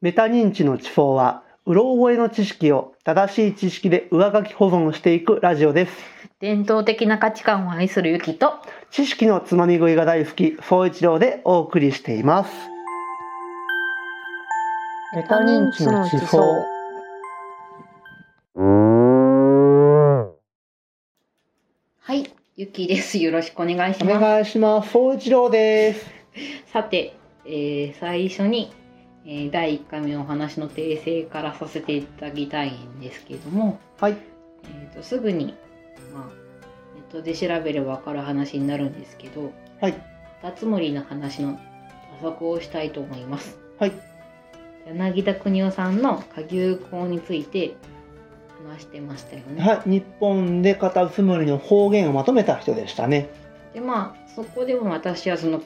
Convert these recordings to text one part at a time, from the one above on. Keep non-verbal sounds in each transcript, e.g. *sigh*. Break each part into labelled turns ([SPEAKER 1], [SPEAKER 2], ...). [SPEAKER 1] メタ認知の地方は、うろ覚えの知識を正しい知識で上書き保存していくラジオです。
[SPEAKER 2] 伝統的な価値観を愛するユキと
[SPEAKER 1] 知識のつまみ食いが大好き、総一郎でお送りしています。メタ認知の地方。
[SPEAKER 2] はいユキですよろしくお願いし
[SPEAKER 1] お
[SPEAKER 2] ます
[SPEAKER 1] 願いします。総一郎です。
[SPEAKER 2] さて、えー最初に、えー第1回目のお話の訂正からさせていただきたいんですけども、
[SPEAKER 1] はい。
[SPEAKER 2] えー、とすぐに、まあ、ネットで調べれば分かる話になるんですけど
[SPEAKER 1] はい
[SPEAKER 2] 辰森の話の補足をしたいと思います
[SPEAKER 1] はい。
[SPEAKER 2] 柳田邦夫さんの下牛校について話してましたよね。
[SPEAKER 1] はい。日本でカタツムリの方言をまとめた人でしたね。
[SPEAKER 2] でまあそこでも私はそのき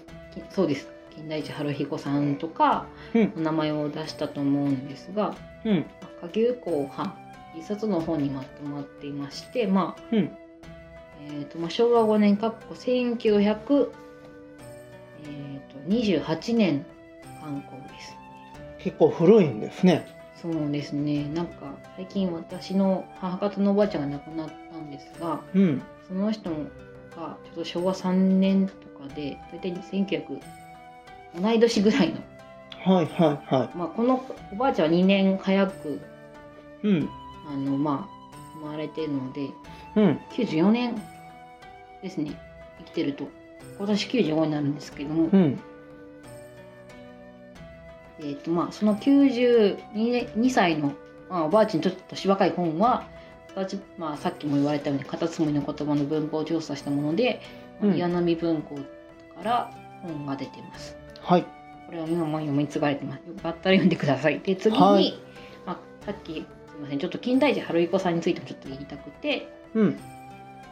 [SPEAKER 2] そうです金田一春彦さんとか、
[SPEAKER 1] うん
[SPEAKER 2] お名前を出したと思うんですが
[SPEAKER 1] うん。
[SPEAKER 2] 下牛校は一冊の本にまとまっていまして、まあ
[SPEAKER 1] うん。
[SPEAKER 2] えーとまあ、昭和5年かっこ1900、えーと28年刊行です。
[SPEAKER 1] 結構古いんですね。
[SPEAKER 2] そうですねなんか最近私の母方のおばあちゃんが亡くなったんですが、
[SPEAKER 1] うん。
[SPEAKER 2] その人がちょっと昭和3年とかで大体1900同い年ぐらいの、
[SPEAKER 1] はいはいは
[SPEAKER 2] まあ、このおばあちゃんは2年早く
[SPEAKER 1] い。うん。
[SPEAKER 2] あの、まあ、生まれてるので
[SPEAKER 1] うん。
[SPEAKER 2] 94年ですね生きてると今年95になるんですけども、
[SPEAKER 1] うん。
[SPEAKER 2] えーとまあ、その92年2歳の、まあ、おばあちゃんにちょっと年若い本は形まあ、さっきも言われたようにカタツムリの言葉の文法を調査したもので、
[SPEAKER 1] うん
[SPEAKER 2] 岩波文庫から本が出てます。
[SPEAKER 1] はい。
[SPEAKER 2] これを今も読み継がれてます。よかったら読んでください。で次に、
[SPEAKER 1] はい
[SPEAKER 2] まあ、さっきすみませんちょっと金田一春彦さんについてもちょっと言いたくて
[SPEAKER 1] うん。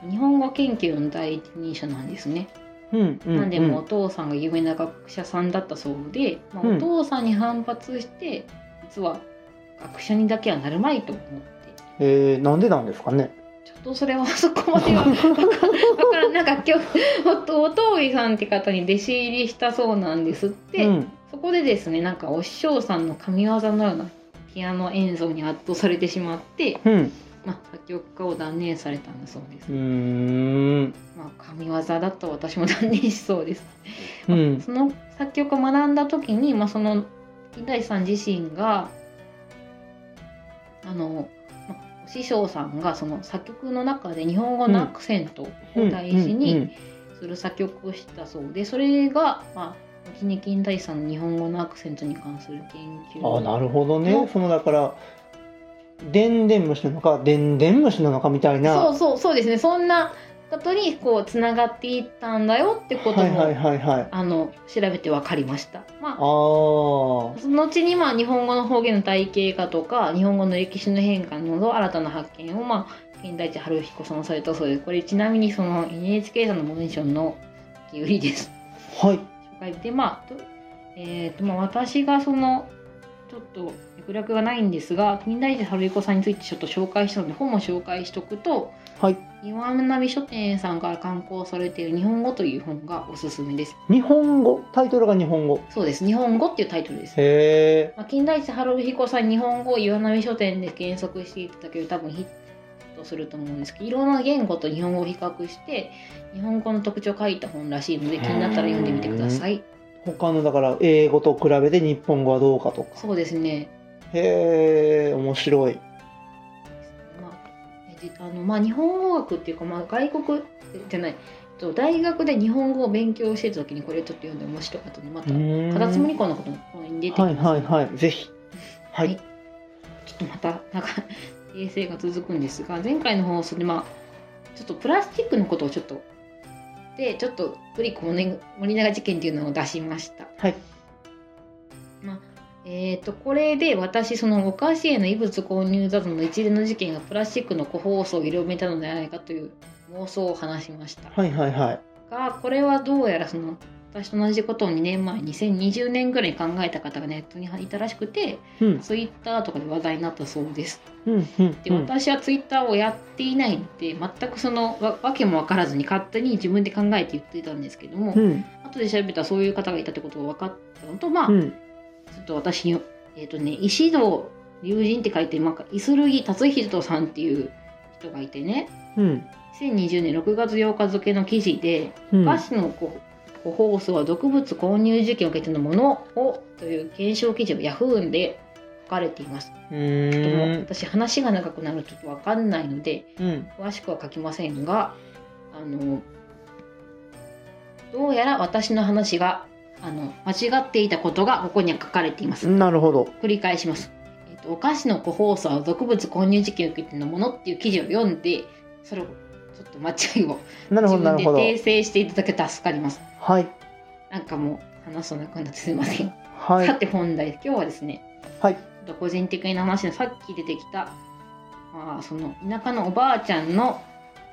[SPEAKER 2] 日本語研究の第一人者なんですね。
[SPEAKER 1] うん。うん。
[SPEAKER 2] なんでもうお父さんが有名な学者さんだったそうで、まあ、
[SPEAKER 1] うん
[SPEAKER 2] お父さんに反発して実は学者にだけはなるまいと思って
[SPEAKER 1] えー、なんでなんですかね。
[SPEAKER 2] ちょっとそれはそこまで
[SPEAKER 1] *laughs*
[SPEAKER 2] はだからんなんか今日おとおとういさんって方に弟子入りしたそうなんですって。
[SPEAKER 1] うん、
[SPEAKER 2] そこでですねなんかお師匠さんの神業のようなピアノ演奏に圧倒されてしまって、
[SPEAKER 1] うん、
[SPEAKER 2] まあ、作曲家を断念されたんだそうです、
[SPEAKER 1] うーん、
[SPEAKER 2] まあ、神業だった私も断念しそうです、
[SPEAKER 1] うん、
[SPEAKER 2] その作曲を学んだ時に、まあ、その金田一さん自身があの、まあお師匠さんがその作曲の中で日本語のアクセントを大事に、
[SPEAKER 1] うん
[SPEAKER 2] する作曲をしたそうでそれが、まあ、後に金田一さんの日本語のアクセントに関する研
[SPEAKER 1] うんあ、な
[SPEAKER 2] 究
[SPEAKER 1] るほどね。そのだから。でんでん虫なのか、でんでん虫なのかみたい
[SPEAKER 2] そ
[SPEAKER 1] な。
[SPEAKER 2] うそうそうですねそんなことにこうつながっていったんだよってことも、
[SPEAKER 1] はいはいはいはい。あ
[SPEAKER 2] あの調べて分かりました。
[SPEAKER 1] あ
[SPEAKER 2] まあ
[SPEAKER 1] ー、
[SPEAKER 2] その後にまあ日本語の方言の体系化とか日本語の歴史の変化など新たな発見を、まあ、金田一春彦さんはされたそうですこれちなみにその NHK さんのモデションの受け売りです。
[SPEAKER 1] はい、
[SPEAKER 2] 紹介でまあと,、えーとまあ、私がそのちょっと脈絡がないんですが金田一春彦さんについてちょっと紹介したので本も紹介しとくと
[SPEAKER 1] はい、
[SPEAKER 2] 岩波書店さんから刊行されている「日本語」という本がおすすめです
[SPEAKER 1] 日本語、タイトルが日本語。
[SPEAKER 2] そうです「日本語」っていうタイトルです、
[SPEAKER 1] へえ、
[SPEAKER 2] まあ、金田一春彦さん日本語岩波書店で検索していただけると多分ヒットすると思うんですけどいろんな言語と日本語を比較して日本語の特徴を書いた本らしいので気になったら読んでみてください
[SPEAKER 1] 他のだから、英語と比べて日本語はどうかとか。
[SPEAKER 2] そうですね
[SPEAKER 1] へえ、面白い。
[SPEAKER 2] まあえじあのまあ、日本語学っていうか、まあ、外国えじゃないえっと大学で日本語を勉強してた時にこれちょっと読んで面白かったのでま
[SPEAKER 1] う
[SPEAKER 2] た
[SPEAKER 1] ーん
[SPEAKER 2] カタツムリ校のこともここに出てきます、
[SPEAKER 1] はいはいはい、ぜひ。は
[SPEAKER 2] はいい、ちょっとまたなんか訂正が続くんですが前回の放送で、まあ、ちょっとプラスチックのことをちょっとでちょっとグリコ森永事件っていうのを出しました。
[SPEAKER 1] はい、
[SPEAKER 2] えー、とこれで私そのお菓子への異物購入などの一連の事件がプラスチックの個包装を広めたのではないかという妄想を話しました
[SPEAKER 1] はいはいはい。
[SPEAKER 2] がこれはどうやらその私と同じことを2年前2020年ぐらいに考えた方がネットにいたらしくて
[SPEAKER 1] うん、
[SPEAKER 2] ツイッターとかで話題になったそうです
[SPEAKER 1] うん、うん、
[SPEAKER 2] で
[SPEAKER 1] うん。
[SPEAKER 2] 私はツイッターをやっていないので全くそのわわけも分からずに勝手に自分で考えて言っていたんですけども
[SPEAKER 1] うん、
[SPEAKER 2] 後で調べたらそういう方がいたってことが分かったのとまあ、
[SPEAKER 1] うん。
[SPEAKER 2] ちょっと私にえっ、とね石戸龍神って書いてなんかイスルギ達人さんっていう人がいてね
[SPEAKER 1] うん。
[SPEAKER 2] 2020年6月8日付の記事で
[SPEAKER 1] うん。
[SPEAKER 2] 菓子のこ個包装は毒物購入事件を受けてのものをという検証記事をヤフーで書かれています。
[SPEAKER 1] う
[SPEAKER 2] でも
[SPEAKER 1] ーん。
[SPEAKER 2] 私話が長くなるとちょっとわかんないので
[SPEAKER 1] うん。
[SPEAKER 2] 詳しくは書きませんがあのどうやら私の話があの間違っていたことがここには書かれています。
[SPEAKER 1] なるほど。
[SPEAKER 2] 繰り返します。えっとお菓子の個包装は毒物購入事件を受けてのものっていう記事を読んでそれをちょっと間違いを
[SPEAKER 1] なるほ
[SPEAKER 2] 自
[SPEAKER 1] ど、なる
[SPEAKER 2] 分で
[SPEAKER 1] ほど。
[SPEAKER 2] 訂正していただけたら助かります。
[SPEAKER 1] はい。
[SPEAKER 2] なんかもう話さなくなってすいません。
[SPEAKER 1] は
[SPEAKER 2] さ
[SPEAKER 1] い。
[SPEAKER 2] て本題、今日はですね、
[SPEAKER 1] はい。
[SPEAKER 2] ちょっと個人的な話でさっき出てきた、まあその田舎のおばあちゃんの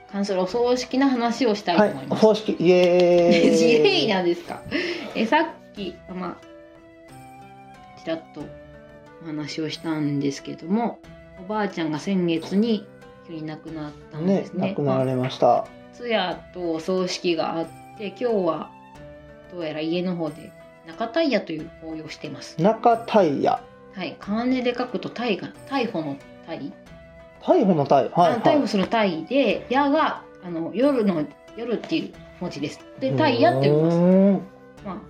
[SPEAKER 2] 関するお葬式の話をしたいと
[SPEAKER 1] は
[SPEAKER 2] 思い
[SPEAKER 1] い。
[SPEAKER 2] ます。
[SPEAKER 1] 方式、イエーイ。
[SPEAKER 2] *laughs* 自衛なんですか。えさっきまあちらっとお話をしたんですけども、おばあちゃんが先月に急に亡くなったんで
[SPEAKER 1] ね
[SPEAKER 2] す、ね。
[SPEAKER 1] 亡くなられました。
[SPEAKER 2] 通夜とお葬式があって今日はどうやら家の方で中タイヤという行為をしてます。
[SPEAKER 1] 中タイヤ。
[SPEAKER 2] はい、漢字で書くとタイが逮捕のタイ、
[SPEAKER 1] 逮捕のタイ。はい。
[SPEAKER 2] あ逮捕
[SPEAKER 1] は
[SPEAKER 2] するタイで矢があの夜の夜っていう文字です。
[SPEAKER 1] い。
[SPEAKER 2] でタイヤって呼びます。
[SPEAKER 1] うーん
[SPEAKER 2] ま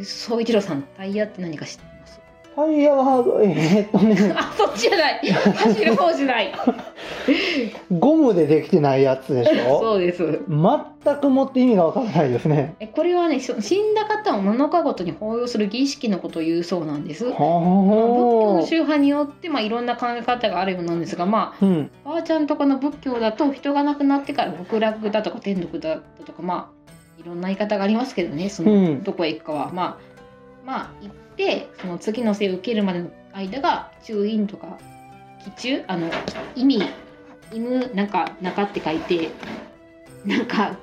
[SPEAKER 2] あ総一郎さんタイヤって何か知って
[SPEAKER 1] *laughs*
[SPEAKER 2] ます？
[SPEAKER 1] タイヤは、えーっと
[SPEAKER 2] *laughs*
[SPEAKER 1] ね、
[SPEAKER 2] あそっちじゃない。走る方じゃない。
[SPEAKER 1] *laughs* ゴムでできてないやつでしょ
[SPEAKER 2] そうです。
[SPEAKER 1] 全くもって意味がわからないですね。
[SPEAKER 2] えこれはねそ死んだ方を7日ごとに法要する儀式のことを言うそうなんです。まあ
[SPEAKER 1] は
[SPEAKER 2] 仏教宗派によって、まあ、いろんな考え方があるようなんですが、まあ、
[SPEAKER 1] あ。うん。
[SPEAKER 2] ばあちゃんとかの仏教だと人が亡くなってから極楽だとか天国だとか、まあ、いろんな言い方がありますけどねそうの
[SPEAKER 1] ん
[SPEAKER 2] どこへ行くかは、まあ、まあ行ってその次の生を受けるまでの間が中院とか気中あの意味犬なんか中って書いてなんか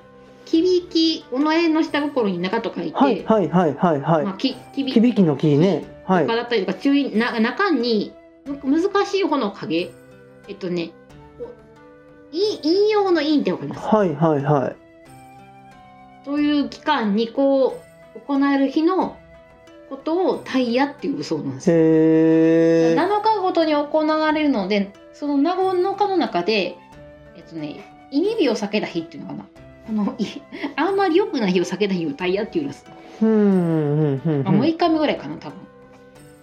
[SPEAKER 2] 響き己の下心に中と書いて、
[SPEAKER 1] はいはいはいはい
[SPEAKER 2] まあ、
[SPEAKER 1] は
[SPEAKER 2] き
[SPEAKER 1] い。
[SPEAKER 2] 響
[SPEAKER 1] 響きの木ね。はい
[SPEAKER 2] とか。だったりとか注意な中にむ難しい方の影えっとねおい引用の陰ってわかります
[SPEAKER 1] はいはいはい。
[SPEAKER 2] という期間にこう行える日のことをタイヤっていうそうなんですよ、
[SPEAKER 1] へー。
[SPEAKER 2] 7日ごとに行われるのでその7日の中でえっとね忌み日を避けた日っていうのかなこの *laughs* いあんまり良くない日を避けた日をタイヤっていうんです、
[SPEAKER 1] うんうんうん
[SPEAKER 2] まあ、
[SPEAKER 1] うん。
[SPEAKER 2] 6日目ぐらいかな多分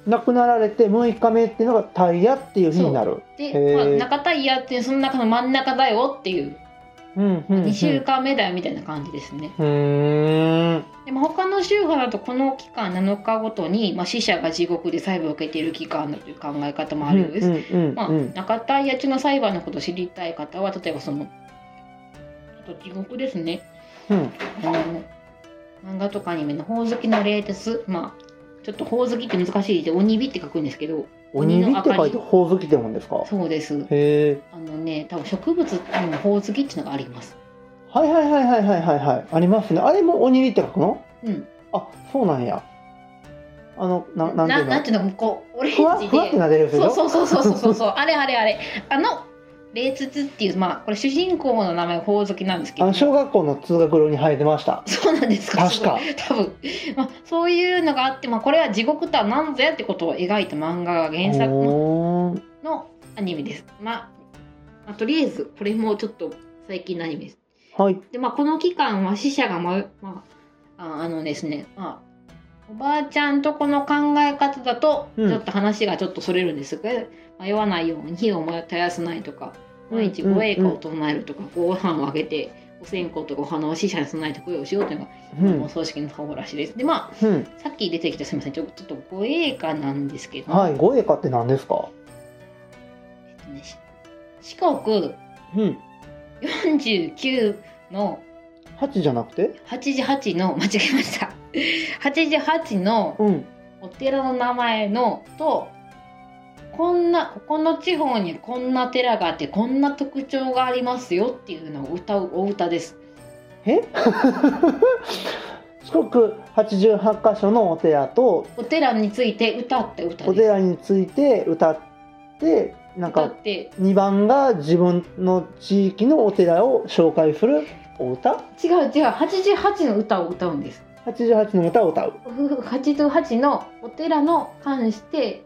[SPEAKER 1] 亡くなられて6日目っていうのがタイヤっていう日になる。
[SPEAKER 2] で、
[SPEAKER 1] へー
[SPEAKER 2] まあ、中タイヤってその中の真ん中だよっていう
[SPEAKER 1] うんうんうん。
[SPEAKER 2] 2週間目だよみたいな感じですね。
[SPEAKER 1] うーん。
[SPEAKER 2] でも他の宗派だとこの期間7日ごとに、まあ、死者が地獄で裁判を受けている期間だという考え方もあるようです。
[SPEAKER 1] うんうん
[SPEAKER 2] まあ、
[SPEAKER 1] うん
[SPEAKER 2] 中田家中の裁判のことを知りたい方は例えばそのあと地獄ですね
[SPEAKER 1] うん。
[SPEAKER 2] あの漫画とかアニメの「ほおずきの冷徹」まあちょっとほおずきって難しいで「鬼火」って書くんですけど
[SPEAKER 1] 鬼火って書いてほおずきってもんですか。
[SPEAKER 2] そうです
[SPEAKER 1] へー。
[SPEAKER 2] あのね多分植物にもほおずきっていうのがあります。
[SPEAKER 1] はいはいはいはいはいはいはい。ありますね。あれも鬼火って書くの？
[SPEAKER 2] うん、
[SPEAKER 1] あ、そうなんや。あのな
[SPEAKER 2] な
[SPEAKER 1] なんていうの
[SPEAKER 2] なんていうのこうオレン
[SPEAKER 1] ふわ
[SPEAKER 2] ジ
[SPEAKER 1] ふわっ
[SPEAKER 2] で
[SPEAKER 1] てなでるやつでし
[SPEAKER 2] そ
[SPEAKER 1] ょ
[SPEAKER 2] うそうそうそうそうそうそうあれあれあれあの霊筒っていうまあこれ主人公の名前ほおずきなんですけ
[SPEAKER 1] あ
[SPEAKER 2] ど
[SPEAKER 1] の小学校の通学路に生えてました
[SPEAKER 2] そうなんですか
[SPEAKER 1] 確か
[SPEAKER 2] すごい多分、まあ、そういうのがあって、まあ、これは地獄とは何ぞやってことを描いた漫画が原作の
[SPEAKER 1] おー
[SPEAKER 2] のアニメですまあ、まあ、とりあえずこれもちょっと最近のアニメです
[SPEAKER 1] はい
[SPEAKER 2] でまあこの期間は死者がままあああのですねまあおばあちゃんとこの考え方だと
[SPEAKER 1] うん
[SPEAKER 2] ちょっと話がちょっとそれるんですが、迷わないように火を絶やさないとか
[SPEAKER 1] うん
[SPEAKER 2] 毎日護衛歌を唱えるとか、ご飯をあげてお線香とかお花を死者に備えて供養しようというのが、
[SPEAKER 1] う
[SPEAKER 2] お
[SPEAKER 1] ん
[SPEAKER 2] 葬式の方法らしいです。でま
[SPEAKER 1] うん
[SPEAKER 2] あさっき出てきたすみませんちょちょっと護衛歌なんですけど、
[SPEAKER 1] はい五栄華って何ですか
[SPEAKER 2] えっとねし四国
[SPEAKER 1] うん
[SPEAKER 2] 49の
[SPEAKER 1] 八じゃなくて
[SPEAKER 2] 8時8の間違えました8時8の
[SPEAKER 1] うん
[SPEAKER 2] お寺の名前のとこんなここの地方にこんな寺があってこんな特徴がありますよっていうのを歌うお歌です
[SPEAKER 1] え *laughs* 四国八十八箇所のお寺と
[SPEAKER 2] お寺について歌って歌
[SPEAKER 1] お
[SPEAKER 2] です
[SPEAKER 1] 寺について歌ってなん
[SPEAKER 2] 歌
[SPEAKER 1] か
[SPEAKER 2] って
[SPEAKER 1] 二番が自分の地域のお寺を紹介するお歌
[SPEAKER 2] 違う違う88の歌を歌うんです
[SPEAKER 1] 八十八の歌を歌う
[SPEAKER 2] 88のお寺の関して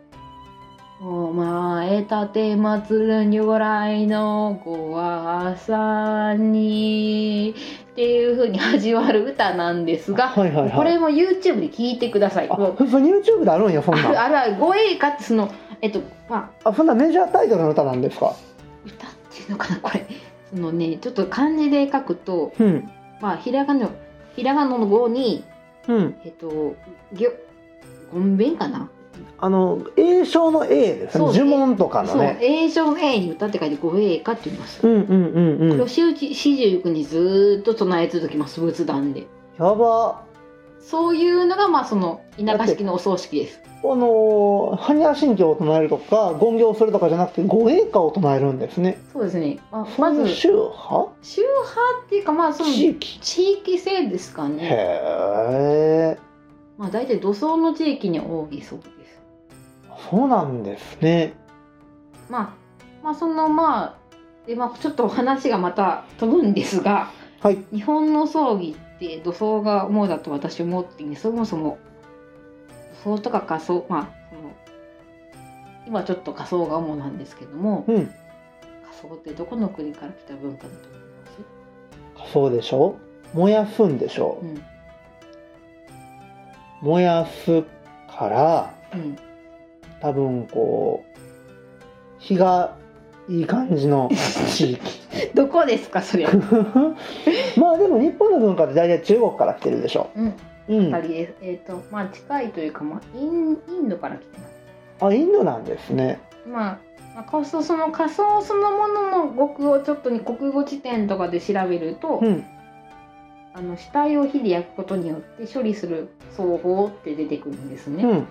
[SPEAKER 2] お前たて祭るにご来のごあさにっていう風に始まる歌なんですが、
[SPEAKER 1] はいはいはい
[SPEAKER 2] これも YouTube で聞いてください。
[SPEAKER 1] あ
[SPEAKER 2] もう
[SPEAKER 1] 普通 YouTube であるんやそん
[SPEAKER 2] ある
[SPEAKER 1] なん
[SPEAKER 2] あるある護衛歌ってそのえっとまあ
[SPEAKER 1] あそんなメジャータイトルの歌なんですか
[SPEAKER 2] 歌っていうのかなこれそのねちょっと漢字で書くと
[SPEAKER 1] うん
[SPEAKER 2] まあひらがなのひらがなの語に
[SPEAKER 1] うん
[SPEAKER 2] えっとぎょごんべんかな
[SPEAKER 1] あの栄唱の A です
[SPEAKER 2] そう
[SPEAKER 1] ね呪文とかの
[SPEAKER 2] そう
[SPEAKER 1] ね
[SPEAKER 2] 英称の A に歌って書いて護衛歌って言います。
[SPEAKER 1] うんうんうんうん
[SPEAKER 2] 吉内四十九にずーっと唱え続けます仏壇で
[SPEAKER 1] やば
[SPEAKER 2] そういうのがまあその田舎式のお葬式です
[SPEAKER 1] あのー般若心経を唱えるとか言行するとかじゃなくて護衛歌を唱えるんですね
[SPEAKER 2] そうですね、まあ、
[SPEAKER 1] そ
[SPEAKER 2] ま
[SPEAKER 1] の
[SPEAKER 2] ず
[SPEAKER 1] 宗派
[SPEAKER 2] 宗派っていうかまあその
[SPEAKER 1] 地
[SPEAKER 2] 地
[SPEAKER 1] 域
[SPEAKER 2] 域性ですか
[SPEAKER 1] へ
[SPEAKER 2] ね
[SPEAKER 1] え
[SPEAKER 2] まあ大体土葬の地域に多いそうです
[SPEAKER 1] そうなんですね
[SPEAKER 2] まあまあそのまあでまあちょっとお話がまた飛ぶんですが
[SPEAKER 1] はい
[SPEAKER 2] 日本の葬儀って土葬が主だと私は思っていてそもそも土葬とか火葬まあその今ちょっと火葬が主なんですけども
[SPEAKER 1] うん
[SPEAKER 2] 火葬ってどこの国から来た文化だと思います、
[SPEAKER 1] そうでしょ燃やすんでしょ
[SPEAKER 2] うん
[SPEAKER 1] 燃やすから
[SPEAKER 2] うん、
[SPEAKER 1] 多分こう日がいい感じ
[SPEAKER 2] *laughs*
[SPEAKER 1] の地域 *laughs*
[SPEAKER 2] どこですかそれ、
[SPEAKER 1] まあでも日本の文化って大体中国から来てるでしょ
[SPEAKER 2] うん、
[SPEAKER 1] うん
[SPEAKER 2] 二人ですえっ、とまあ近いというか、まあ、インインドから来てます
[SPEAKER 1] あインドなんですね
[SPEAKER 2] まあ、まあ、仮想その仮想そのものの語句をちょっとに国語辞典とかで調べると、
[SPEAKER 1] うん
[SPEAKER 2] あの死体を火で焼くことによって処理する奏法って出てくるんですね。
[SPEAKER 1] うん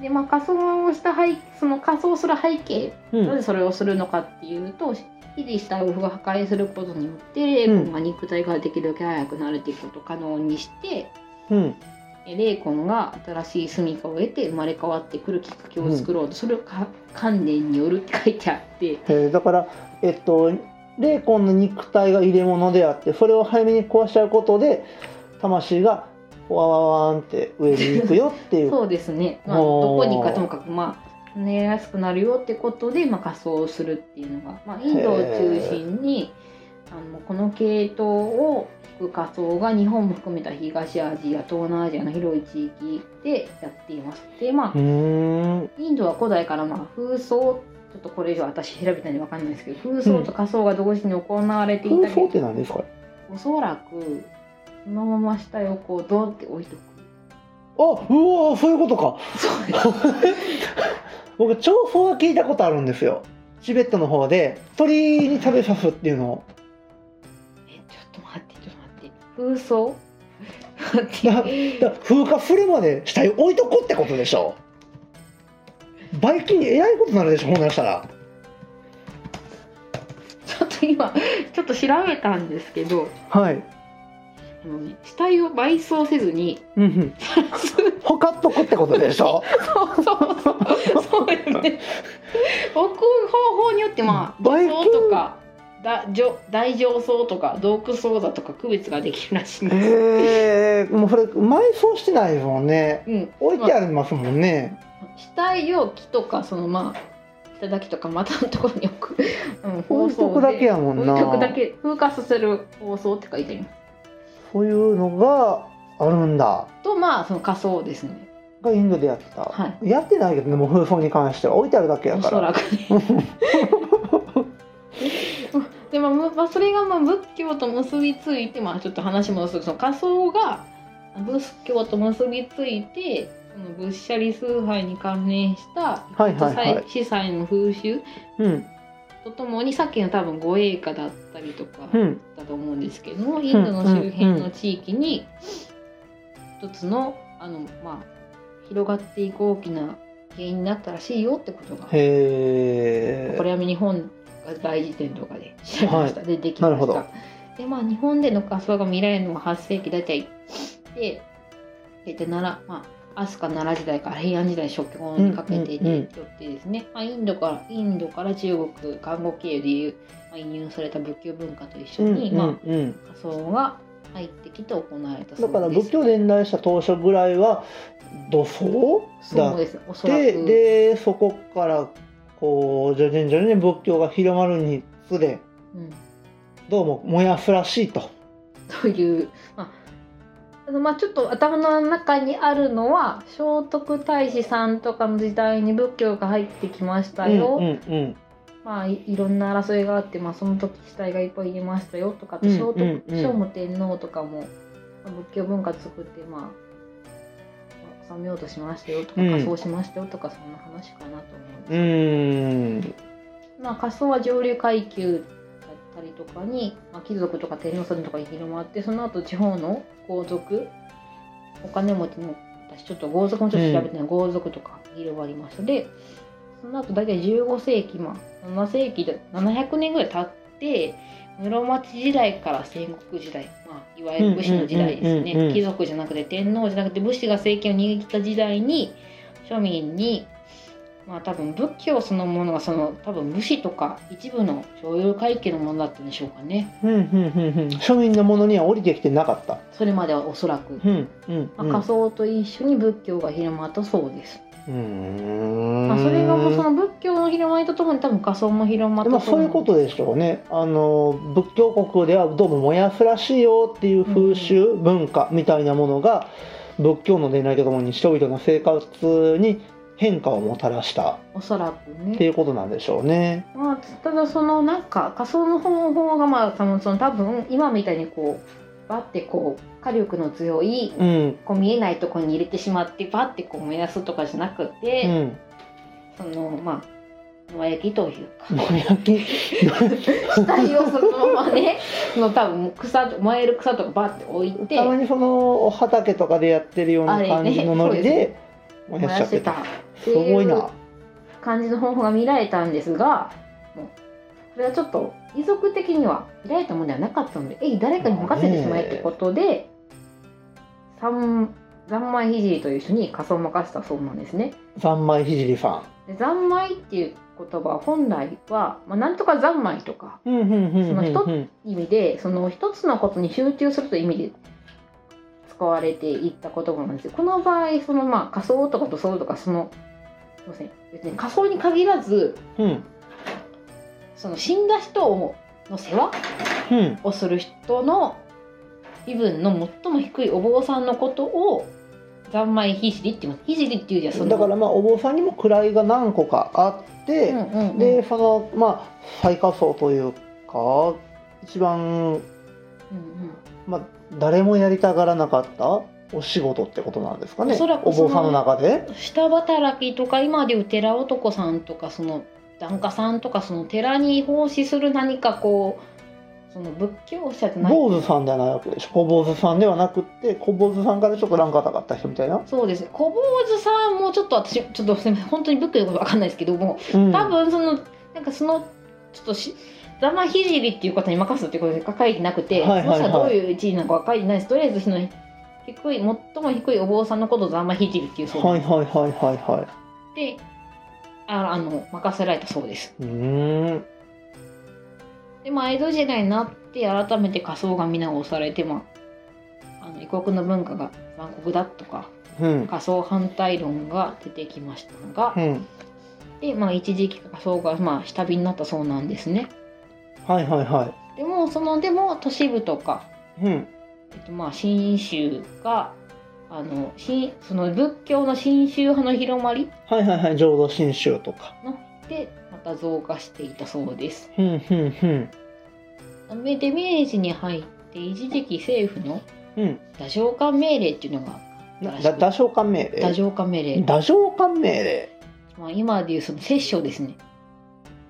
[SPEAKER 2] でまあ仮装をした背その仮装する背景
[SPEAKER 1] う
[SPEAKER 2] なぜ
[SPEAKER 1] ん
[SPEAKER 2] それをするのかっていうと火で死体を破壊することによって霊魂が肉体ができるだけ早く慣れていくことを可能にして
[SPEAKER 1] うん
[SPEAKER 2] え霊魂が新しい住処を得て生まれ変わってくるきっかけを作ろうとそれをか観念によるって書いてあって
[SPEAKER 1] えーだからえっと霊魂の肉体が入れ物であってそれを早めに壊しちゃうことで魂がわわわーんって上に行くよっていう
[SPEAKER 2] そうですね、まあ、ど
[SPEAKER 1] お
[SPEAKER 2] こ
[SPEAKER 1] ー
[SPEAKER 2] に行くかともかくまあ寝やすくなるよってことで、まあ、仮装をするっていうのが、まあ、インドを中心にあのこの系統を引く仮装が日本も含めた東アジア東南アジアの広い地域でやっています。でま
[SPEAKER 1] う
[SPEAKER 2] あ
[SPEAKER 1] ーん
[SPEAKER 2] インドは古代からまあ風葬ちょっとこれ以上私調べたんで分かんないですけど風葬と仮装が同時に行われてい
[SPEAKER 1] 空
[SPEAKER 2] たけ
[SPEAKER 1] 想
[SPEAKER 2] ど
[SPEAKER 1] って何ですか
[SPEAKER 2] おそらくそのまま下をこうドンって置
[SPEAKER 1] *laughs*
[SPEAKER 2] いとく。
[SPEAKER 1] あうわーそういうことか *laughs*
[SPEAKER 2] そうです
[SPEAKER 1] 僕調法は聞いたことあるんですよチベットの方で鳥に食べさすっていうのを
[SPEAKER 2] えちょっと待ってちょっと待って風葬
[SPEAKER 1] だだから風化するまで死体置いとこってことでしょバイキンにえらいことになるでしょほんならしたら
[SPEAKER 2] ちょっと今ちょっと調べたんですけど
[SPEAKER 1] はい
[SPEAKER 2] あの、ね、死体を埋葬せずに *laughs*
[SPEAKER 1] うんうんほかっとこってことでし *laughs* ょ
[SPEAKER 2] そうそうそうそうよね置く方法によってまあ
[SPEAKER 1] バイキン
[SPEAKER 2] 葬とかだじょ大上層とか洞窟層だとか区別ができるらしいんです
[SPEAKER 1] えー、もうそれ埋葬してないもんね
[SPEAKER 2] うん、
[SPEAKER 1] 置いてありますもんね、
[SPEAKER 2] 死体を木とかそのまあ頂きとか股のところに置く、うん、
[SPEAKER 1] 置いとくだけやもんな
[SPEAKER 2] 置いとくだけ風化させる放送って書いてあります
[SPEAKER 1] そういうのがあるんだ
[SPEAKER 2] とまあその仮想ですね
[SPEAKER 1] がインドでやってた、
[SPEAKER 2] は
[SPEAKER 1] やってないけどねもう風葬に関しては置いてあるだけや
[SPEAKER 2] お
[SPEAKER 1] か
[SPEAKER 2] そ
[SPEAKER 1] ら
[SPEAKER 2] らくねでも、まあまあ、それがまあ仏教と結びついて、まあ、ちょっと話戻すとその仮想が仏教と結びついてその仏舎利崇拝に関連した
[SPEAKER 1] はいはいはい
[SPEAKER 2] 司祭の風習
[SPEAKER 1] うん
[SPEAKER 2] とともにさっきの多分護衛歌だったりとか
[SPEAKER 1] うん
[SPEAKER 2] だと思うんですけども、インドの周辺の地域に一つのあの、まあ、広がっていく大きな原因になったらしいよってことが
[SPEAKER 1] へ
[SPEAKER 2] これは日本が大辞典とかで調べました、出てきま
[SPEAKER 1] な
[SPEAKER 2] した
[SPEAKER 1] るほど
[SPEAKER 2] でまあ日本での仮装が見られるのは8世紀大体で大体奈良まあ飛鳥奈良時代から平安時代初期にかけて
[SPEAKER 1] うんうんうん
[SPEAKER 2] によってですね、まあ、インドからインドから中国韓国経由でいう、まあ、輸入された仏教文化と一緒に、まあ
[SPEAKER 1] うん
[SPEAKER 2] 仮装が入ってきて行われたそ
[SPEAKER 1] だ
[SPEAKER 2] うです
[SPEAKER 1] から仏教伝来した当初ぐらいは土葬だ
[SPEAKER 2] そうですおそらく
[SPEAKER 1] ででそこからこう徐々に徐々に仏教が広まるにつれ
[SPEAKER 2] うん、
[SPEAKER 1] どうももやすらしいと。
[SPEAKER 2] *laughs* という、まああの、まあちょっと頭の中にあるのは聖徳太子さんとかの時代に仏教が入ってきましたよ、
[SPEAKER 1] うんうん
[SPEAKER 2] まあいいろんな争いがあって、まあ、その時死体がいっぱい入れましたよとかって
[SPEAKER 1] うん
[SPEAKER 2] 聖徳、
[SPEAKER 1] うんうん
[SPEAKER 2] 聖武天皇とかもまあ仏教文化作ってまあまあ収めようとしましたよとか
[SPEAKER 1] うん
[SPEAKER 2] 仮装しましたよとかそんな話かなと思うんです
[SPEAKER 1] うん。うーん
[SPEAKER 2] まあ、仮想は上流階級だったりとかに、まあ、貴族とか天皇さんとかに広まってその後地方の豪族お金持ちの私ちょっと豪族もちょっと調べてない、豪族とか広まりましたでその後大体15世紀まあ7世紀で700年ぐらい経って室町時代から戦国時代、まあ、いわゆる武士の時代で
[SPEAKER 1] うんう
[SPEAKER 2] す
[SPEAKER 1] んうんうんう
[SPEAKER 2] ね
[SPEAKER 1] ん
[SPEAKER 2] 貴族じゃなくて天皇じゃなくて武士が政権を握った時代に庶民にまあ多分仏教そのものがその多分武士とか一部の所有階級のものだったんでしょうかね
[SPEAKER 1] うんうんうんうん庶民のものには降りてきてなかった。
[SPEAKER 2] それまではおそらく、
[SPEAKER 1] うんうんう
[SPEAKER 2] まあ、
[SPEAKER 1] ん。
[SPEAKER 2] 仮想と一緒に仏教が広まったそうです、
[SPEAKER 1] うーん
[SPEAKER 2] まあ、それがもうその仏教の広まりとともに多分仮想も広まっ
[SPEAKER 1] でも
[SPEAKER 2] た
[SPEAKER 1] そういうことでしょうねあの仏教国ではどうももやすらしいよっていう風習、文化みたいなものが仏教の伝来とともに人々の生活に変化をもたらした
[SPEAKER 2] おそらくね
[SPEAKER 1] っていうことなんでしょうね。
[SPEAKER 2] まあ、ただそのなんか仮想の方法がまあ多分その多分今みたいにこうバッてこう火力の強い
[SPEAKER 1] うん、
[SPEAKER 2] こう見えないところに入れてしまってバッてこう燃やすとかじゃなく
[SPEAKER 1] う
[SPEAKER 2] て、
[SPEAKER 1] ん、
[SPEAKER 2] そのまあ野焼きというか
[SPEAKER 1] もやき *laughs*
[SPEAKER 2] 死体をそのままねその多分草燃える草とかバッて置いて
[SPEAKER 1] たまにそのお畑とかでやってるような感じのノリ
[SPEAKER 2] あれ
[SPEAKER 1] で燃 *laughs*
[SPEAKER 2] 燃
[SPEAKER 1] やしちゃ
[SPEAKER 2] や
[SPEAKER 1] っ
[SPEAKER 2] して
[SPEAKER 1] て
[SPEAKER 2] た
[SPEAKER 1] た。
[SPEAKER 2] って
[SPEAKER 1] すご
[SPEAKER 2] い
[SPEAKER 1] いうな。
[SPEAKER 2] 感じの方法が見られたんですがもうこれはちょっと遺族的には見られたものではなかったのでえい誰かに任せてしまえってことで三三枚聖という人に仮装を任せたそうなんですね。
[SPEAKER 1] 三枚ひじりさ
[SPEAKER 2] で三枚っていう言葉は本来は、まあ、なんとか三枚とか
[SPEAKER 1] ん。うんうんうん
[SPEAKER 2] その人
[SPEAKER 1] うん
[SPEAKER 2] 意味でその一つのことに集中するという意味で使われていった言葉なんですよこの場合そのまあ仮想とか土想とかそのすいません別に仮想に限らず
[SPEAKER 1] うん
[SPEAKER 2] その死んだ人をの世話
[SPEAKER 1] うん
[SPEAKER 2] をする人の身分の最も低いお坊さんのことを三昧ひじりって言いますひじりっていうじゃその
[SPEAKER 1] だからまあお坊さんにも位が何個かあって、
[SPEAKER 2] うんうんうん
[SPEAKER 1] でそのまあ最下層というか一番、
[SPEAKER 2] うんうん
[SPEAKER 1] まあ、誰もやりたがらなかったお仕事ってことなんですかね
[SPEAKER 2] おそらく
[SPEAKER 1] お坊さんの中で。
[SPEAKER 2] 下働きとか今でいう寺男さんとかその檀家さんとかその寺に奉仕する何かこうその仏教者じゃない
[SPEAKER 1] 坊主さんではなく小坊主さんではなくって小坊主さんからちょっとランク高かった人みたいな、
[SPEAKER 2] そうです小坊主さんもちょっと私ちょっとすみません本当に仏教のことわかんないですけども
[SPEAKER 1] うん、
[SPEAKER 2] 多分そのなんかそのちょっとしざまひじりっていう方に任せたっていうことが書いてなくて、
[SPEAKER 1] はいはいはい
[SPEAKER 2] その人はどういう地位なのか書いてないですとりあえずその低い最も低いお坊さんのことをざまひじりっていうそう
[SPEAKER 1] はい
[SPEAKER 2] で
[SPEAKER 1] はいはいはいは
[SPEAKER 2] でああの任せられたそうです
[SPEAKER 1] いうーん
[SPEAKER 2] でまあ江戸時代になって改めて仮装が見直されて、まあ、あの異国の文化が残酷だとか
[SPEAKER 1] うん
[SPEAKER 2] 仮装反対論が出てきましたが、
[SPEAKER 1] うん
[SPEAKER 2] でまあ一時期仮装がまあ下火になったそうなんですね
[SPEAKER 1] はいはいは
[SPEAKER 2] でもそのでも都市部とか、
[SPEAKER 1] いうん
[SPEAKER 2] えっと、まあ信州があの新その仏教の信州派の広まり
[SPEAKER 1] はいはいはい浄土真宗とか
[SPEAKER 2] でまた増加していたそうです
[SPEAKER 1] うんうん
[SPEAKER 2] でで明治に入って一時期政府の
[SPEAKER 1] うんうん
[SPEAKER 2] 打浄化命令っていうのが
[SPEAKER 1] なだ打消官命令
[SPEAKER 2] 打浄化命令
[SPEAKER 1] 打浄官命令
[SPEAKER 2] まあ、今でいうその摂政ですね。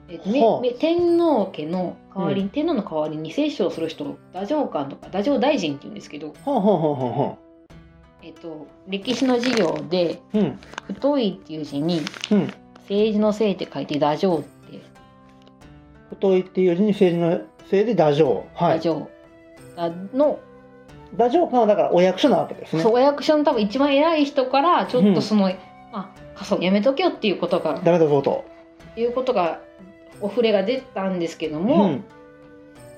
[SPEAKER 2] えっとめ
[SPEAKER 1] はあ
[SPEAKER 2] め天皇家の代わりに、
[SPEAKER 1] う
[SPEAKER 2] 天皇の代わりに摂政をする人を太政官とか太政大臣って言うんですけど、
[SPEAKER 1] ほうほうほうほうほ
[SPEAKER 2] えっと、歴史の授業で
[SPEAKER 1] ううん
[SPEAKER 2] 「太い」っていう字に
[SPEAKER 1] うん
[SPEAKER 2] 政治の政って書いて「太政」って
[SPEAKER 1] 太いっていう字に政治のせいで打浄は
[SPEAKER 2] 太
[SPEAKER 1] い
[SPEAKER 2] 政の、
[SPEAKER 1] 打浄官はだからお役所なわけですね
[SPEAKER 2] そうお役所の多分一番偉い人からちょっとその、まあ仮想やめとけよっていうことが
[SPEAKER 1] ダメだぞと
[SPEAKER 2] いうことがお触れが出たんですけど
[SPEAKER 1] う
[SPEAKER 2] も、
[SPEAKER 1] ん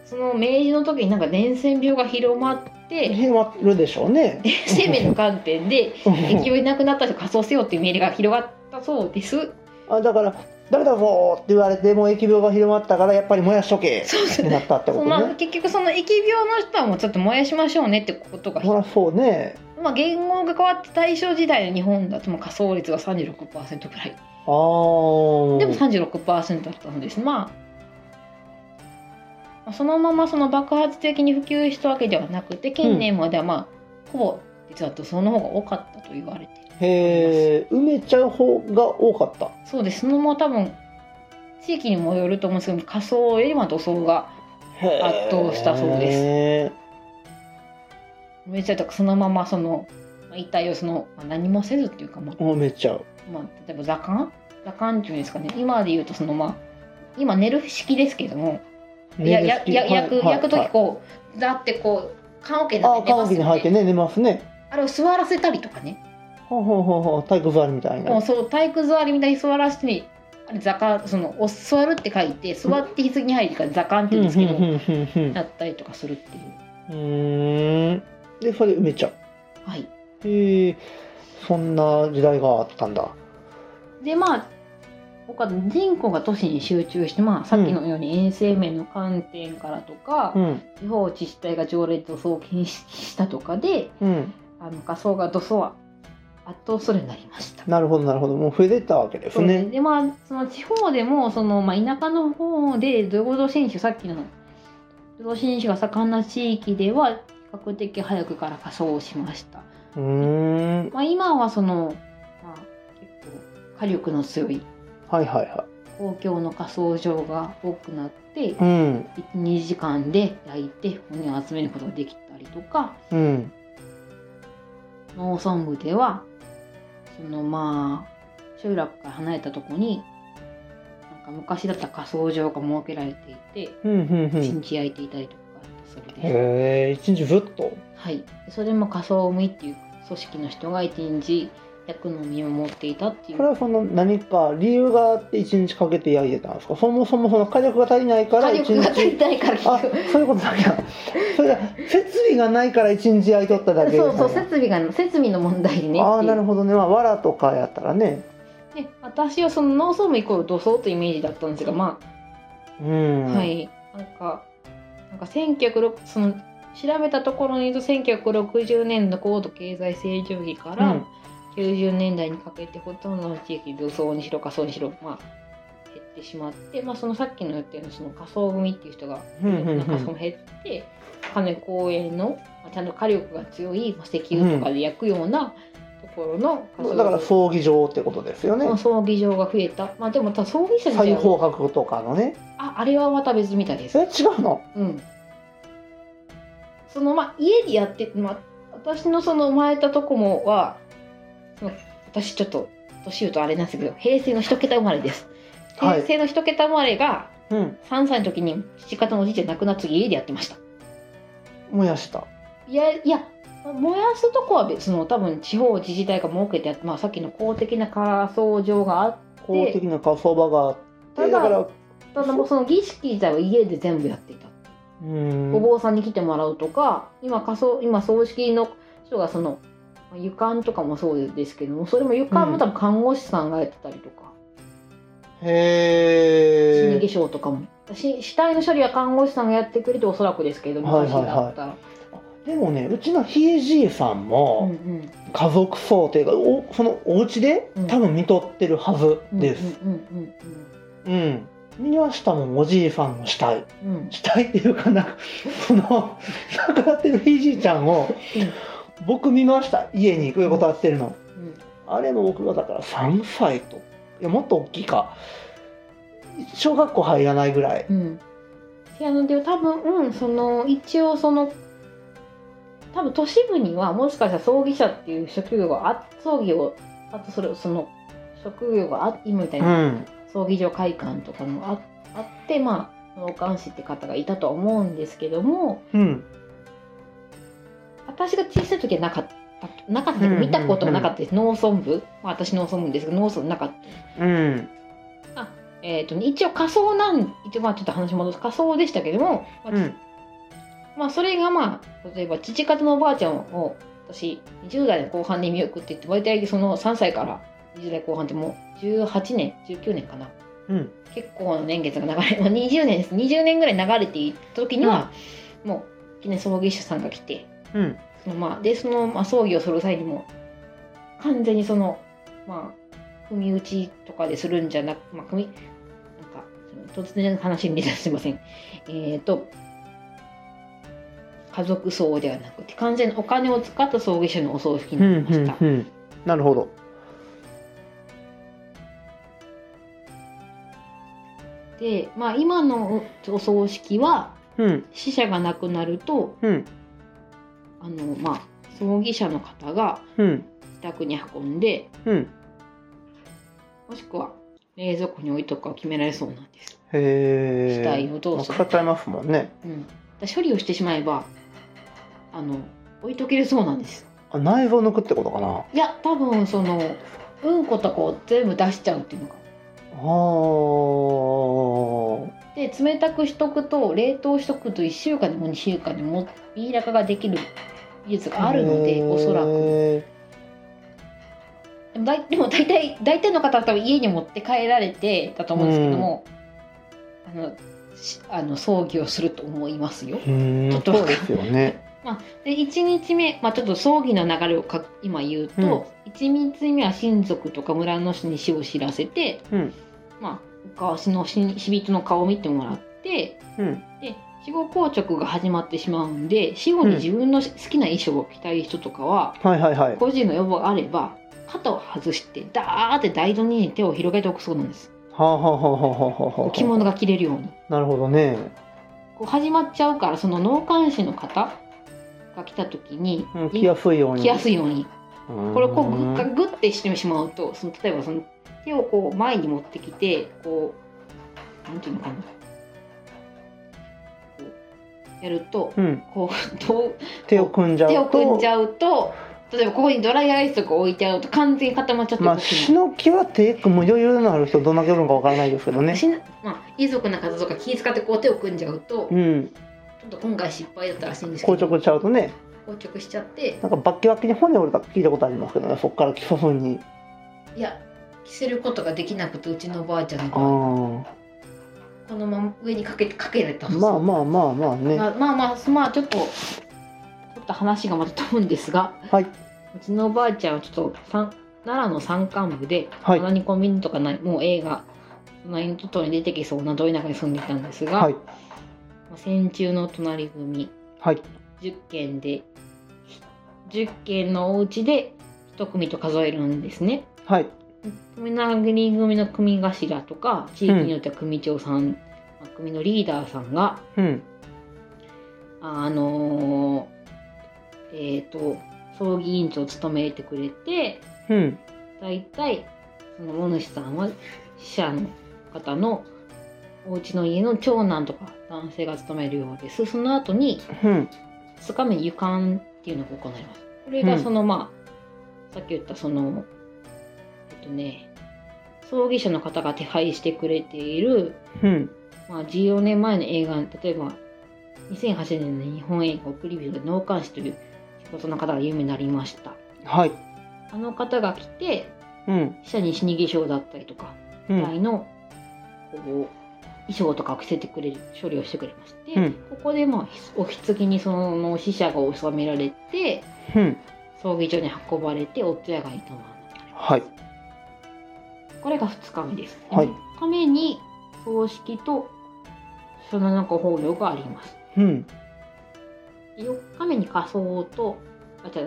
[SPEAKER 2] その明治の時になんか伝染病が広まって
[SPEAKER 1] 広まるでしょうね。
[SPEAKER 2] 生命の観点で勢いなくなった人仮装せよっていう命令が広がったそうです。
[SPEAKER 1] あだから誰だぞーって言われてもう疫病が広まったからやっぱり燃やしとけ
[SPEAKER 2] そうです
[SPEAKER 1] ってなったってこ
[SPEAKER 2] そう
[SPEAKER 1] と
[SPEAKER 2] まあ、
[SPEAKER 1] ね。
[SPEAKER 2] 結局その疫病の人はもうちょっと燃やしましょうねってことが、
[SPEAKER 1] そりゃそうね。
[SPEAKER 2] まあ、言語が変わって大正時代の日本だともう仮想率が36%ぐら
[SPEAKER 1] あ
[SPEAKER 2] い
[SPEAKER 1] あ。
[SPEAKER 2] でも36%だったのですまあまあそのままその爆発的に普及したわけではなくて近年まではまあ、ほぼ実はその方が多かったと言われている
[SPEAKER 1] へえ埋めちゃう方が多かった。
[SPEAKER 2] そうですそのまま多分地域にもよると思うんですけど仮想よりは塗装が
[SPEAKER 1] へー
[SPEAKER 2] 圧倒したそうでめっちゃだからそのままそのまあ遺体をその、まあ、何もせずっていうかまあ
[SPEAKER 1] 埋めちゃう。
[SPEAKER 2] まあ、例えば座間座間っていうんですかね今で言うとそのまあ今寝る式ですけども、ややや焼く、焼く時こうだってこう棺桶に
[SPEAKER 1] あ
[SPEAKER 2] な
[SPEAKER 1] あ
[SPEAKER 2] って寝
[SPEAKER 1] カ
[SPEAKER 2] ま
[SPEAKER 1] マ
[SPEAKER 2] す
[SPEAKER 1] キリ
[SPEAKER 2] よ
[SPEAKER 1] 入って
[SPEAKER 2] ね
[SPEAKER 1] ね寝ますね。
[SPEAKER 2] あれを座らせたりとかね、
[SPEAKER 1] ほうほうほうほう体育座りみたい
[SPEAKER 2] もう
[SPEAKER 1] な。
[SPEAKER 2] そう体育座りみたいに座らせてあれ座間そのお座るって書いて座って棺に入るから座間って
[SPEAKER 1] うん
[SPEAKER 2] 言うん
[SPEAKER 1] うん
[SPEAKER 2] ですけ
[SPEAKER 1] う
[SPEAKER 2] ど、
[SPEAKER 1] んうんうん
[SPEAKER 2] だったりとかするっていう
[SPEAKER 1] うーんでそれ埋めちゃう
[SPEAKER 2] はい
[SPEAKER 1] へえそんな時代があったんだ
[SPEAKER 2] でまあ他の人口が都市に集中して、まあ、さっきのように衛生面の観点からとか、
[SPEAKER 1] うん
[SPEAKER 2] 地方自治体が条例塗装を禁止したとかで
[SPEAKER 1] うん
[SPEAKER 2] あの仮想が塗装は圧倒するようになりました。
[SPEAKER 1] なるほどなるほどもう増えてったわけですね
[SPEAKER 2] でまあその地方でもその、まあ、田舎の方で土壌新種さっきの土壌新種が盛んな地域では比較的早くから仮装をしました。
[SPEAKER 1] うーん
[SPEAKER 2] まあ、今はその、まあ、結構火力の強い
[SPEAKER 1] はいはいは
[SPEAKER 2] 公共の仮装場が多くなって
[SPEAKER 1] いうん
[SPEAKER 2] 12時間で焼いて骨を集めることができたりとか
[SPEAKER 1] うん
[SPEAKER 2] 農村部ではそのまあ集落から離れたとこになんか昔だった仮葬場が設けられていて
[SPEAKER 1] うんうんう
[SPEAKER 2] 一
[SPEAKER 1] ん
[SPEAKER 2] 日焼いていたりとかするです、
[SPEAKER 1] へえ一日ずっと
[SPEAKER 2] はい、それでも仮葬組っていう組織の人が一日焼くのを見守っていたってい
[SPEAKER 1] これ
[SPEAKER 2] う
[SPEAKER 1] はその何か理由があって一日かけて焼いてたんですかそもそもその火力が足りないから
[SPEAKER 2] 火
[SPEAKER 1] 一
[SPEAKER 2] 力が足り
[SPEAKER 1] 日
[SPEAKER 2] ないから
[SPEAKER 1] あそういうことだけだそれが設備がないから一日焼いとっただけ
[SPEAKER 2] そうそ
[SPEAKER 1] なんや
[SPEAKER 2] う設備が設備の問題でね
[SPEAKER 1] ああ
[SPEAKER 2] っていう
[SPEAKER 1] なるほどねまあ藁とかやったらね
[SPEAKER 2] で私はその農村部イコール土葬というイメージだったんですがまあ
[SPEAKER 1] うん
[SPEAKER 2] はい、なんか、なんか1906その調べたところによると1960年の高度経済成長期か
[SPEAKER 1] う
[SPEAKER 2] ら
[SPEAKER 1] ん
[SPEAKER 2] 90年代にかけてほとんどの地域で武装にしろ仮装にしろ、まあ、減ってしまって、まあ、そのさっきの言ったようなその仮想組っていう人が
[SPEAKER 1] うんうんうん
[SPEAKER 2] 仮想も減って金公園の、まあ、ちゃんと火力が強い、まあ、石油とかで焼くようなところの仮想
[SPEAKER 1] だから葬儀場ってことですよね
[SPEAKER 2] の葬儀場が増えた、まあ、でもた葬儀者自体
[SPEAKER 1] 再
[SPEAKER 2] は
[SPEAKER 1] 放角とかのね
[SPEAKER 2] ああれはまた別みたいです
[SPEAKER 1] それ違うの
[SPEAKER 2] うん、そのまあ家でやって、まあ、私のその生まれたとこもはその私ちょっと年言うとあれなんですけど平成の一桁生まれです
[SPEAKER 1] はい
[SPEAKER 2] 平成の一桁生まれが
[SPEAKER 1] うん
[SPEAKER 2] 3歳の時に父方のおじいちゃん亡くなった時家でやってました
[SPEAKER 1] 燃やした
[SPEAKER 2] いやいや燃やすとこは別の多分地方自治体が設けてやって、まあ、さっきの公的な仮想場があっ
[SPEAKER 1] 公的な火葬場があって
[SPEAKER 2] た
[SPEAKER 1] だから
[SPEAKER 2] だ
[SPEAKER 1] う
[SPEAKER 2] ただもうその儀式自体は家で全部やっていた
[SPEAKER 1] ーん
[SPEAKER 2] お坊さんに来てもらうとか今仮装今葬式の人がそのまあ湯管とかもそうですけどもそれも湯管も多分看護師さんがやってたりとか、
[SPEAKER 1] へ
[SPEAKER 2] 死に
[SPEAKER 1] え
[SPEAKER 2] 化粧とかもし死体の処理は看護師さんがやってくれておそらくですけども、
[SPEAKER 1] はいはいはい
[SPEAKER 2] 私だったら、
[SPEAKER 1] でもねうちのひいじいさん
[SPEAKER 2] うんう
[SPEAKER 1] も
[SPEAKER 2] ん
[SPEAKER 1] 家族葬というかおそのお家で
[SPEAKER 2] うん
[SPEAKER 1] 多分見とってるはず
[SPEAKER 2] うん、
[SPEAKER 1] です
[SPEAKER 2] うんうん
[SPEAKER 1] うん見ましたもんおじいさんの死体
[SPEAKER 2] うんうんうん
[SPEAKER 1] 死体っていうかなんかその亡くなってるひいじいちゃんを僕見ました家に横たわってるの
[SPEAKER 2] うん
[SPEAKER 1] あれも僕がだから3歳といやもっと大きいか小学校入らないぐらい
[SPEAKER 2] うんせやので多分、うん、その一応その多分都市部にはもしかしたら葬儀者っていう職業があ葬儀をあとそれその職業があ今みたいうなん葬儀場会館とかもああってまあ納棺師って方がいたとは思うんですけども
[SPEAKER 1] うん
[SPEAKER 2] 私が小さい時はなかった。なかったけ
[SPEAKER 1] うんうん
[SPEAKER 2] ど
[SPEAKER 1] うん
[SPEAKER 2] 見たこともなかったです、農村部、まあ、私農村部ですけど農村なかった
[SPEAKER 1] うん
[SPEAKER 2] あえー、と一応仮想なん一応まあちょっと話戻す仮想でしたけども、まあ
[SPEAKER 1] うん
[SPEAKER 2] まあそれがまあ例えば父方のおばあちゃんを私20代の後半で見送っていって大体その3歳から20代後半ってもう18年19年かな
[SPEAKER 1] うん
[SPEAKER 2] 結構な年月が流れ、まあ、20年です20年ぐらい流れていった時には、もう記念葬儀社さんが来て
[SPEAKER 1] うん
[SPEAKER 2] そのまあでその、まあ、葬儀をする際にも完全にそのまあ組打ちとかでするんじゃなくまあ組なんかその突然の話に出たすいませんえっ、と家族葬ではなくて完全にお金を使った葬儀社のお葬式に
[SPEAKER 1] う
[SPEAKER 2] なり
[SPEAKER 1] ん
[SPEAKER 2] ま
[SPEAKER 1] う
[SPEAKER 2] した、
[SPEAKER 1] んうんなるほど
[SPEAKER 2] でまあ今のお葬式は
[SPEAKER 1] うん
[SPEAKER 2] 死者が亡くなると
[SPEAKER 1] うん
[SPEAKER 2] あのまあ葬儀者の方が
[SPEAKER 1] うん
[SPEAKER 2] 自宅に運んで
[SPEAKER 1] うん
[SPEAKER 2] もしくは冷蔵庫に置いとくか決められそうなんです、
[SPEAKER 1] へえ
[SPEAKER 2] 死体をどうする
[SPEAKER 1] 腐っちゃいますもんね
[SPEAKER 2] うん、だ処理をしてしまえばあの置いとけるそうなんです
[SPEAKER 1] あ内臓抜くってことかなあ
[SPEAKER 2] いや多分そのうんことかを全部出しちゃうっていうのか
[SPEAKER 1] あー
[SPEAKER 2] で冷たくしとくと冷凍しとくと1週間でも2週間でもビーラカができる技術があるのでおそらく
[SPEAKER 1] へ
[SPEAKER 2] でも *laughs* 大でも大体大体の方は多分家に持って帰られてだと思うんですけども、あのしあの葬儀をすると思いますよ。
[SPEAKER 1] ーうん
[SPEAKER 2] ちょっと
[SPEAKER 1] そうですよね
[SPEAKER 2] で1日目、まあ、ちょっと葬儀の流れをか今言うと、
[SPEAKER 1] うん
[SPEAKER 2] 1日目は親族とか村の人に死を知らせて、
[SPEAKER 1] うん
[SPEAKER 2] まあ、お顔の死死人の顔を見てもらって
[SPEAKER 1] うん
[SPEAKER 2] で死後硬直が始まってしまうんで死後に自分の好きな衣装を着たい人とかは、
[SPEAKER 1] はいはいはい
[SPEAKER 2] 個人の要望があれば肩を外してダーって台座に手を広げておくそうなんです
[SPEAKER 1] はあはあはあはあはあはあ
[SPEAKER 2] こう着物が着れるように
[SPEAKER 1] なるほどね
[SPEAKER 2] こう始まっちゃうからその脳幹視の方が来た時に、
[SPEAKER 1] うん着やすいように
[SPEAKER 2] 着や
[SPEAKER 1] い
[SPEAKER 2] すいようにこれをこうグッかグッてしてしまうとその例えばその手をこう前に持ってきてこうなんていうのかなこうやると *laughs*
[SPEAKER 1] うん
[SPEAKER 2] こうどう
[SPEAKER 1] 手を組んじゃうと
[SPEAKER 2] 手を組んじゃうと例えばここにドライアイスとか置いてあると完全に固まっちゃって
[SPEAKER 1] まあ、
[SPEAKER 2] 動けない
[SPEAKER 1] シノキは手組む余裕のある人どんだけおるのかわからないですけどね。
[SPEAKER 2] しなまあ、遺族の方とか気遣ってこう手を組んじゃうと、
[SPEAKER 1] う
[SPEAKER 2] ち
[SPEAKER 1] ん、
[SPEAKER 2] ょっと今回失敗だったらしいんですけど
[SPEAKER 1] 硬直しちゃうとね、
[SPEAKER 2] 硬直しちゃって
[SPEAKER 1] なんかバッキバキに骨折れたって聞いたことありますけどね、そっから基礎粉に。
[SPEAKER 2] いや着せることができなくてうちのおばあちゃん
[SPEAKER 1] あー
[SPEAKER 2] がこのまま上にかけてかけられたんです
[SPEAKER 1] まあ
[SPEAKER 2] よ
[SPEAKER 1] まあまあまあね。
[SPEAKER 2] まあまあまあ、まあ、ちょっとちょっと話がまた飛ぶんですが
[SPEAKER 1] はい。
[SPEAKER 2] うちのおばあちゃんはちょっとさん奈良の山間部で、
[SPEAKER 1] はい
[SPEAKER 2] そんなにコンビニとかないもう映画そんなに外に出てきそうなど田舎に住んでいたんですが、
[SPEAKER 1] はい。
[SPEAKER 2] まあ戦中の隣組
[SPEAKER 1] はい。
[SPEAKER 2] 10件で10件のお家で1組と数えるんですね。
[SPEAKER 1] はい。
[SPEAKER 2] 富永組の組頭とか地域によっては組長さん、まあ組のリーダーさんが
[SPEAKER 1] うん。
[SPEAKER 2] あのーえっ、と葬儀委員長を務めてくれて
[SPEAKER 1] うん。
[SPEAKER 2] 大体そのお主さんは死者の方のお家の家の長男とか男性が務めるようですその後に
[SPEAKER 1] うん。
[SPEAKER 2] 2日目に湯管っていうのが行われますこれがその、まあさっき言ったそのえっとね葬儀者の方が手配してくれている、
[SPEAKER 1] うん。
[SPEAKER 2] まあ、14年前の映画例えば2008年の日本映画「送り火」で納棺師という仕事の方が有名になりました
[SPEAKER 1] はい。
[SPEAKER 2] あの方が来て
[SPEAKER 1] うん。
[SPEAKER 2] 死者に死に化粧だったりとか
[SPEAKER 1] う
[SPEAKER 2] ぐらい
[SPEAKER 1] ん。
[SPEAKER 2] のこう衣装とかを着せてくれる処理をしてくれまして、
[SPEAKER 1] うん
[SPEAKER 2] ここでまあお棺にその死者が納められて
[SPEAKER 1] うん。
[SPEAKER 2] 葬儀場に運ばれてお通夜が営まれます
[SPEAKER 1] はい。
[SPEAKER 2] これが2日目です、
[SPEAKER 1] はい
[SPEAKER 2] 3日目に葬式とその中法要があります
[SPEAKER 1] うん。
[SPEAKER 2] 4日目に仮装とあじゃあ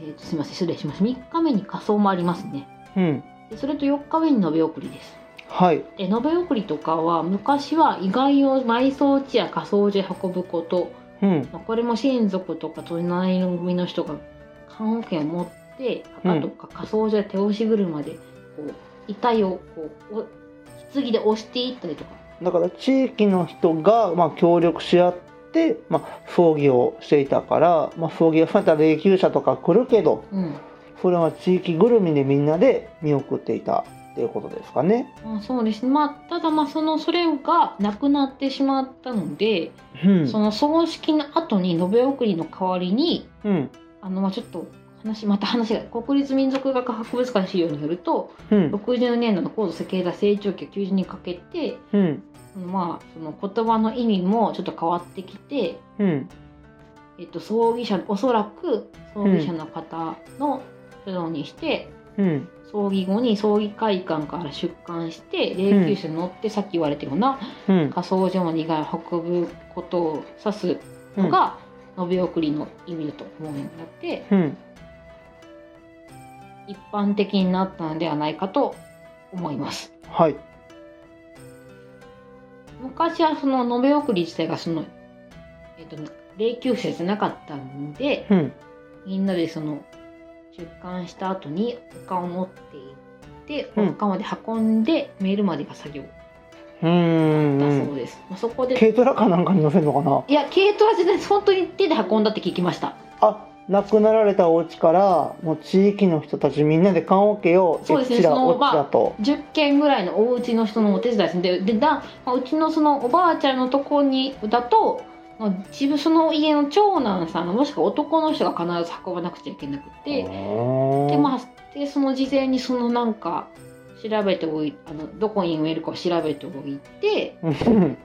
[SPEAKER 2] えーとすみません失礼しました3日目に仮装もありますね
[SPEAKER 1] うん。
[SPEAKER 2] でそれと4日目に延べ送りです
[SPEAKER 1] はい。
[SPEAKER 2] で延べ送りとかは昔は意外を埋葬地や火葬所へ運ぶこと、
[SPEAKER 1] うん。
[SPEAKER 2] まあ、これも親族とか隣の組の人が棺桶を持って墓とか火葬所や手押し車でこう遺体をこうお棺で押していったりとか
[SPEAKER 1] だから地域の人が、まあ、協力し合って、まあ、葬儀をしていたから、まあ、葬儀がされたら霊柩車とか来るけど、
[SPEAKER 2] うん
[SPEAKER 1] それは地域ぐるみでみんなで見送っていたっていうことですかね。
[SPEAKER 2] まあ、そうですね、まあ、ただまあそのそれがなくなってしまったので、
[SPEAKER 1] うん
[SPEAKER 2] その葬式の後に延べ送りの代わりに
[SPEAKER 1] うん
[SPEAKER 2] あのまあちょっと話また話が国立民族学博物館資料によると
[SPEAKER 1] うん
[SPEAKER 2] 60年度の高度設計だ成長期を90にかけて
[SPEAKER 1] うん
[SPEAKER 2] まあその言葉の意味もちょっと変わってきて、
[SPEAKER 1] うん
[SPEAKER 2] えっと、葬儀者おそらく葬儀者の方の書道にして、
[SPEAKER 1] うん
[SPEAKER 2] 葬儀後に葬儀会館から出棺して霊柩車に乗って、さっき言われたような
[SPEAKER 1] うん
[SPEAKER 2] 火葬場にが運ぶことを指すのが延べ送りの意味だと思うようになって
[SPEAKER 1] うん
[SPEAKER 2] 一般的になったのではないかと思います。
[SPEAKER 1] はい
[SPEAKER 2] 昔はその延べ送り自体がその、えっと霊柩車じゃなかったんで
[SPEAKER 1] うん
[SPEAKER 2] みんなでその出棺した後に丘を持っていって
[SPEAKER 1] うん
[SPEAKER 2] 丘まで運んでメールまでが作業だ
[SPEAKER 1] うーんう
[SPEAKER 2] そうんです。まあ、そこで
[SPEAKER 1] 軽トラかなんかに乗せるのかない
[SPEAKER 2] や軽トラじゃないです本当に手で運んだって聞きました。
[SPEAKER 1] あ亡くなられたお家からもう地域の人たちみんなで棺桶を
[SPEAKER 2] そうですね
[SPEAKER 1] えっちら
[SPEAKER 2] その
[SPEAKER 1] おっちらと、
[SPEAKER 2] 10軒ぐらいのお家の人のお手伝いですねででだ、まあうちのそのおばあちゃんのとこにだとまあ自分その家の長男さんもしくは男の人が必ず運ばなくちゃいけなくてで,、まあ、でその事前にそのなんか調べておいあのどこに植えるかを調べておいて
[SPEAKER 1] あ、ふん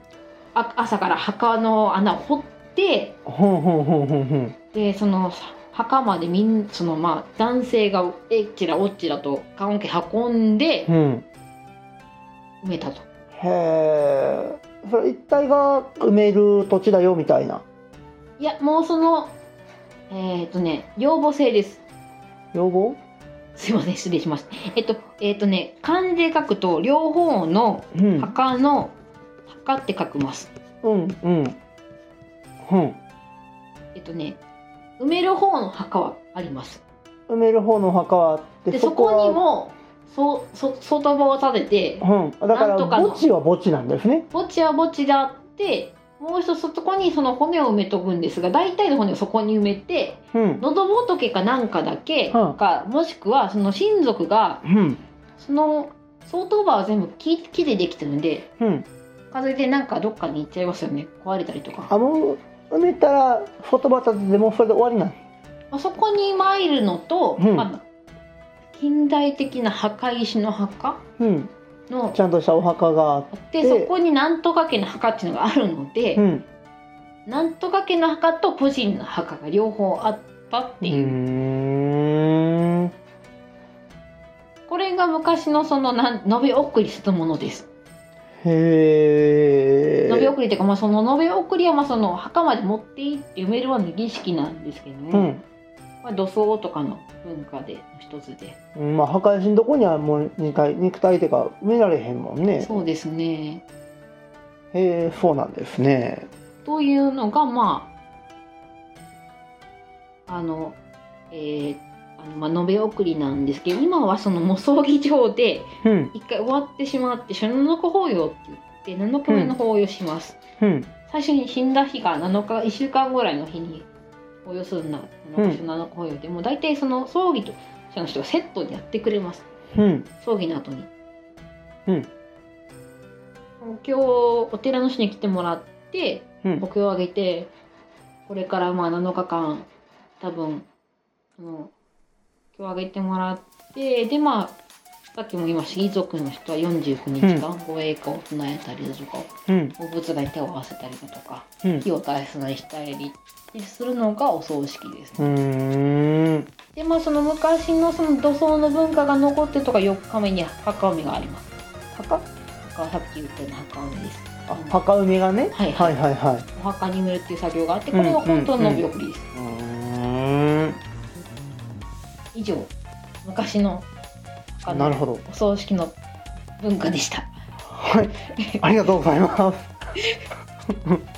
[SPEAKER 2] あ朝から墓の穴を掘って
[SPEAKER 1] ふんふんふんふんふん
[SPEAKER 2] でその墓までみんそのまあ男性がえっちらおっちらと棺桶運んで
[SPEAKER 1] うん
[SPEAKER 2] 埋めたと。
[SPEAKER 1] へえそれ一帯が埋める土地だよみたいない
[SPEAKER 2] や、もうその、えっ、とね、要母制です。
[SPEAKER 1] 要望
[SPEAKER 2] すいません、失礼しました。えっと、えっ、とね、漢字で書くと、両方の
[SPEAKER 1] うん
[SPEAKER 2] 墓の墓って書きます。
[SPEAKER 1] うんうんうん
[SPEAKER 2] えっとね、埋める方の墓はあります。
[SPEAKER 1] 埋める方のお墓はあって
[SPEAKER 2] で、そこ
[SPEAKER 1] は
[SPEAKER 2] にも、そ、そ、外場を立てて、
[SPEAKER 1] うん、だか
[SPEAKER 2] な
[SPEAKER 1] ら
[SPEAKER 2] んとかの
[SPEAKER 1] 墓地は墓地なんですね
[SPEAKER 2] 墓地は墓地であって、もう一つそこにその骨を埋めとくんですが、大体の骨をそこに埋めて、
[SPEAKER 1] うん
[SPEAKER 2] 喉仏かなんかだけ
[SPEAKER 1] うん
[SPEAKER 2] か、もしくはその親族が
[SPEAKER 1] うん
[SPEAKER 2] その相当バーは全部木木でできてるんで
[SPEAKER 1] うん
[SPEAKER 2] 風でなんかどっかに行っちゃいますよね壊れたりとか
[SPEAKER 1] あの埋めたらフォトバタでもうそれで終わりなん
[SPEAKER 2] あそこに参るのと、
[SPEAKER 1] うん
[SPEAKER 2] まあ近代的な墓石の墓
[SPEAKER 1] うん
[SPEAKER 2] の
[SPEAKER 1] ちゃんとしたお墓があっ
[SPEAKER 2] あって
[SPEAKER 1] で
[SPEAKER 2] そこになんとか家の墓っていうのがあるので、
[SPEAKER 1] てうん
[SPEAKER 2] なんとか家の墓と個人の墓が両方あったっ
[SPEAKER 1] う
[SPEAKER 2] ていう、
[SPEAKER 1] ーん
[SPEAKER 2] これが昔のそのなん延べ送りするものです
[SPEAKER 1] へえ
[SPEAKER 2] 延べ送りっていうか、まあ、その延べ送りはまあその墓まで持っていって埋めるまでの儀式なんですけどね、まあ、土葬とかの文化での一つで、
[SPEAKER 1] うんまあ墓石のとこにはもう肉体肉体っていうか埋められへんもんね
[SPEAKER 2] そうですね
[SPEAKER 1] へえそうなんですね
[SPEAKER 2] というのがまああのえーあのまあ、延べ送りなんですけど今はそのもう葬儀場で
[SPEAKER 1] うん
[SPEAKER 2] 一回終わってしまって初七日法要って言って7日目の法要します、
[SPEAKER 1] うん
[SPEAKER 2] 最初に死んだ日が7日1週間ぐらいの日に法要するな7日初七日法要で、もう大体その葬儀とその人がセットでやってくれます
[SPEAKER 1] うん
[SPEAKER 2] 葬儀の後に。
[SPEAKER 1] うん
[SPEAKER 2] お経をお寺の人に来てもらって
[SPEAKER 1] うん
[SPEAKER 2] お経をあげてこれからまあ7日間多分あのお経をあげてもらってでまあさっきも言いました遺族の人は49日間護衛歌を唱えたりだとか
[SPEAKER 1] うん
[SPEAKER 2] お仏壇に手を合わせたりだとか
[SPEAKER 1] うんう
[SPEAKER 2] 火を大切にしたりするのがお葬式ですね。
[SPEAKER 1] ーん
[SPEAKER 2] でまあその昔のその土葬の文化が残ってとか4日目に墓埋めがあります
[SPEAKER 1] 墓
[SPEAKER 2] 墓はさっき言ったような墓埋めです
[SPEAKER 1] あ墓埋めがね
[SPEAKER 2] はい
[SPEAKER 1] はいはいはい
[SPEAKER 2] お墓に埋めるっていう作業があってこれが本当の延べ送りです、
[SPEAKER 1] うーん
[SPEAKER 2] 以上昔の墓
[SPEAKER 1] なる
[SPEAKER 2] の
[SPEAKER 1] ほど。
[SPEAKER 2] お葬式の文化でした
[SPEAKER 1] はい、ありがとうございます。